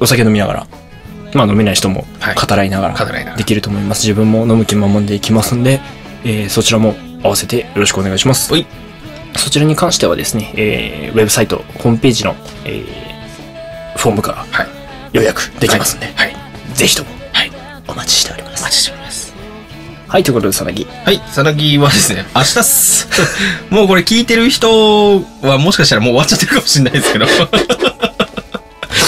[SPEAKER 2] お酒飲みながらまあ飲めない人も
[SPEAKER 1] はい
[SPEAKER 2] 語らいなが
[SPEAKER 1] 語らいなが
[SPEAKER 2] ら
[SPEAKER 1] ら
[SPEAKER 2] できると思います、自分も飲む気満々でいきますんで、えーそちらも合わせてよろしくお願いします
[SPEAKER 1] はい
[SPEAKER 2] そちらに関してはですね、えーウェブサイト、ホームページの、えーフォームから
[SPEAKER 1] はい。
[SPEAKER 2] 予約できますんで、
[SPEAKER 1] はい。
[SPEAKER 2] ぜひとも、
[SPEAKER 1] はい
[SPEAKER 2] お待ちしておりま
[SPEAKER 1] お
[SPEAKER 2] す。
[SPEAKER 1] 待ちしております。
[SPEAKER 2] はい、ということで、さなぎ。
[SPEAKER 1] はい。さなぎはですね、明日っす。 もうこれ聞いてる人はもしかしたらもう終わっちゃってるかもしれないですけど。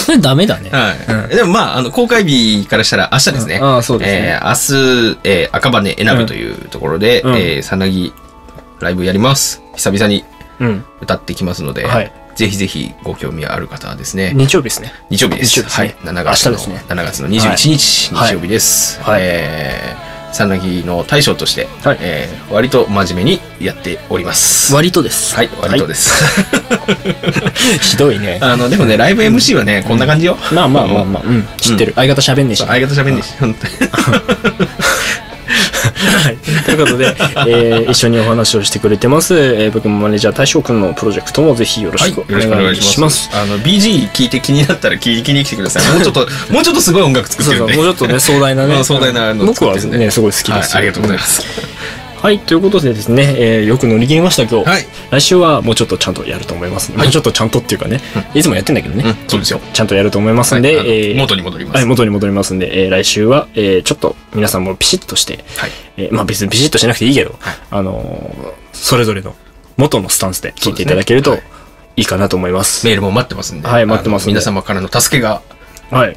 [SPEAKER 2] それダメだね。
[SPEAKER 1] は
[SPEAKER 2] うん
[SPEAKER 1] い。でもまあ、あの、公開日からしたら明日ですね。
[SPEAKER 2] ああ、そうです
[SPEAKER 1] え
[SPEAKER 2] ね。
[SPEAKER 1] ー、明日、えー、赤羽エナブというところで、
[SPEAKER 2] うん
[SPEAKER 1] えー、さなぎライブやります。久々に
[SPEAKER 2] うん。
[SPEAKER 1] 歌ってきますので、
[SPEAKER 2] はい
[SPEAKER 1] ぜひぜひご興味ある方はですね、
[SPEAKER 2] 日曜日ですね。
[SPEAKER 1] 日曜日です。
[SPEAKER 2] 日曜日です
[SPEAKER 1] は
[SPEAKER 2] ね
[SPEAKER 1] い。7月の、
[SPEAKER 2] 明日ですね
[SPEAKER 1] 7月の21日、
[SPEAKER 2] はい
[SPEAKER 1] 日曜日です。
[SPEAKER 2] はい
[SPEAKER 1] えー、さなぎの大将として、
[SPEAKER 2] はい
[SPEAKER 1] えー、割と真面目にやっております。
[SPEAKER 2] 割とです。
[SPEAKER 1] はい、割とです。
[SPEAKER 2] ひどいね。
[SPEAKER 1] あの、でもね、ライブ MC はね、こんな感じよ。
[SPEAKER 2] まあまあまあまあ、うん。知ってる。相方喋んねえし
[SPEAKER 1] そ
[SPEAKER 2] ね。
[SPEAKER 1] う相方喋んねえし、本当に。
[SPEAKER 2] はい。ということで、えー一緒にお話をしてくれてます、えー僕もマネージャー大将くんのプロジェクトもぜひよろ
[SPEAKER 1] は
[SPEAKER 2] し
[SPEAKER 1] い、
[SPEAKER 2] く
[SPEAKER 1] よ
[SPEAKER 2] お
[SPEAKER 1] ろしくお
[SPEAKER 2] 願
[SPEAKER 1] 願い
[SPEAKER 2] いし
[SPEAKER 1] し
[SPEAKER 2] ま
[SPEAKER 1] ますす。。あの、BG 聞いて気になったら聞きに来てくださ い。もうちょっと、もうちょっとすごい音楽作って
[SPEAKER 2] そう
[SPEAKER 1] る
[SPEAKER 2] そ
[SPEAKER 1] ん
[SPEAKER 2] う、
[SPEAKER 1] で。
[SPEAKER 2] もうちょっとね、壮大な
[SPEAKER 1] う
[SPEAKER 2] ね。
[SPEAKER 1] ん 壮大なの
[SPEAKER 2] 僕は
[SPEAKER 1] 作ってるん
[SPEAKER 2] ね、
[SPEAKER 1] です
[SPEAKER 2] ごい好きです、
[SPEAKER 1] はいありがとうございま。す。
[SPEAKER 2] はい、ということでですね、えーよく乗り切りました今日。
[SPEAKER 1] はい
[SPEAKER 2] 来週はもうちょっとちゃんとやると思います、
[SPEAKER 1] い
[SPEAKER 2] もうちょっとちゃんとっていうかね、いつもやってんだけどね、
[SPEAKER 1] うん、そうですよ。
[SPEAKER 2] ちゃんとやると思いますんで、
[SPEAKER 1] はいあの
[SPEAKER 2] えー
[SPEAKER 1] 元に戻ります。
[SPEAKER 2] はい、元に戻りますんで、えー来週は、えーちょっと皆さんもピシッとして、
[SPEAKER 1] はい
[SPEAKER 2] えーまあ別にビシッとしなくていいけど、
[SPEAKER 1] はい
[SPEAKER 2] あのーそれぞれの元のスタンスで聞いていただけると
[SPEAKER 1] そう
[SPEAKER 2] い
[SPEAKER 1] です
[SPEAKER 2] いかなと思います。
[SPEAKER 1] メールも待ってますんで。
[SPEAKER 2] はい待ってますんで
[SPEAKER 1] あの皆様からの助けが
[SPEAKER 2] はい。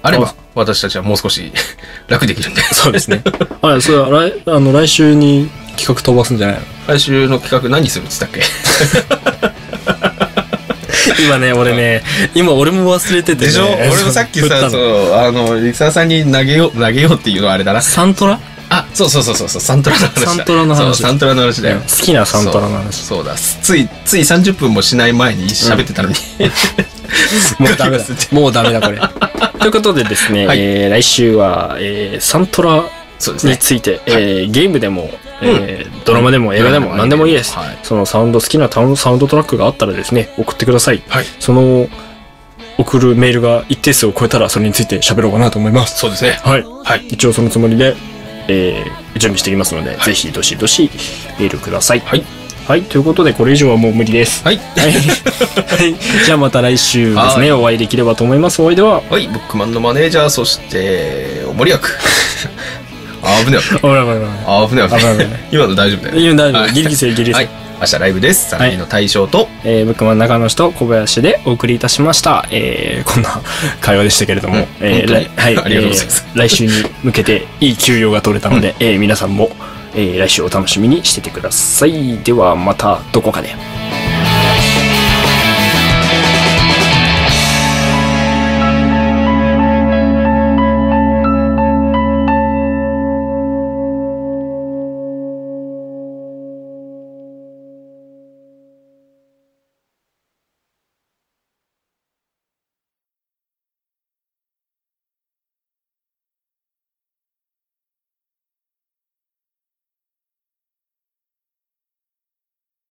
[SPEAKER 1] あれば
[SPEAKER 2] あ、
[SPEAKER 1] 私たちはもう少し 楽できるんで。
[SPEAKER 2] そうです ね。はい、それは来、あの、来週に企画飛ばすんじゃないの
[SPEAKER 1] 来週の企画何するっつったっけ
[SPEAKER 2] 今ね、俺ね、今俺も忘れてて、ね。。
[SPEAKER 1] で しょ俺もさっきさ、そうう、あの、リサさんに投げよう、投げようっていうのはあれだな。
[SPEAKER 2] サントラ
[SPEAKER 1] あ、そうそうそうそうそう、サントラの話だ。
[SPEAKER 2] サントラの話
[SPEAKER 1] そうサントラの話だよ
[SPEAKER 2] 好。きなサントラの話。
[SPEAKER 1] そうそうだついつい30分もしない前に喋ってたのに、
[SPEAKER 2] もうダメだ。もうダメだ、これ。 ということでですね、
[SPEAKER 1] はい
[SPEAKER 2] えー来週は、えーサントラ
[SPEAKER 1] そうです
[SPEAKER 2] に
[SPEAKER 1] ね
[SPEAKER 2] ついて、えーゲームでも、えードラマでも映画でも
[SPEAKER 1] うん
[SPEAKER 2] 何でもいいです。
[SPEAKER 1] はい
[SPEAKER 2] そのサウンド、好きなタウンサウンドトラックがあったらですね、送ってください。
[SPEAKER 1] はい
[SPEAKER 2] その、送るメールが一定数を超えたら、それについて喋ろうかなと思います。
[SPEAKER 1] そうですね
[SPEAKER 2] はい。
[SPEAKER 1] はい
[SPEAKER 2] 一応そのつもりで、えー準備していきますので、ぜひどしどしメールください。
[SPEAKER 1] はい。
[SPEAKER 2] はい、ということでこれ以上はもう無理です。
[SPEAKER 1] はい
[SPEAKER 2] はい。はい じゃあまた来週です
[SPEAKER 1] は
[SPEAKER 2] ね、お会いできればと思います。お相手は、
[SPEAKER 1] はいブックマンのマネージャーそしておも り役あ危ねえ
[SPEAKER 2] ほらほらほら。
[SPEAKER 1] あ危ねえ危
[SPEAKER 2] 危ねえ
[SPEAKER 1] ね
[SPEAKER 2] 危ね
[SPEAKER 1] え今の大丈夫だよね
[SPEAKER 2] 今大丈夫
[SPEAKER 1] はい
[SPEAKER 2] ギリギリセーフギリセー
[SPEAKER 1] は
[SPEAKER 2] フ
[SPEAKER 1] い明日ライブです3人の大将と、
[SPEAKER 2] えー、ブックマン中野氏と小林でお送りいたしました。えー、こんな 会話でしたけれども、
[SPEAKER 1] うん
[SPEAKER 2] え
[SPEAKER 1] 本
[SPEAKER 2] ー
[SPEAKER 1] 当に
[SPEAKER 2] 来はい、
[SPEAKER 1] ありがとうございます
[SPEAKER 2] えー来週に向けていい給与が取れたので、えー皆さんもえー来週お楽しみにしててください。ではまたどこかで。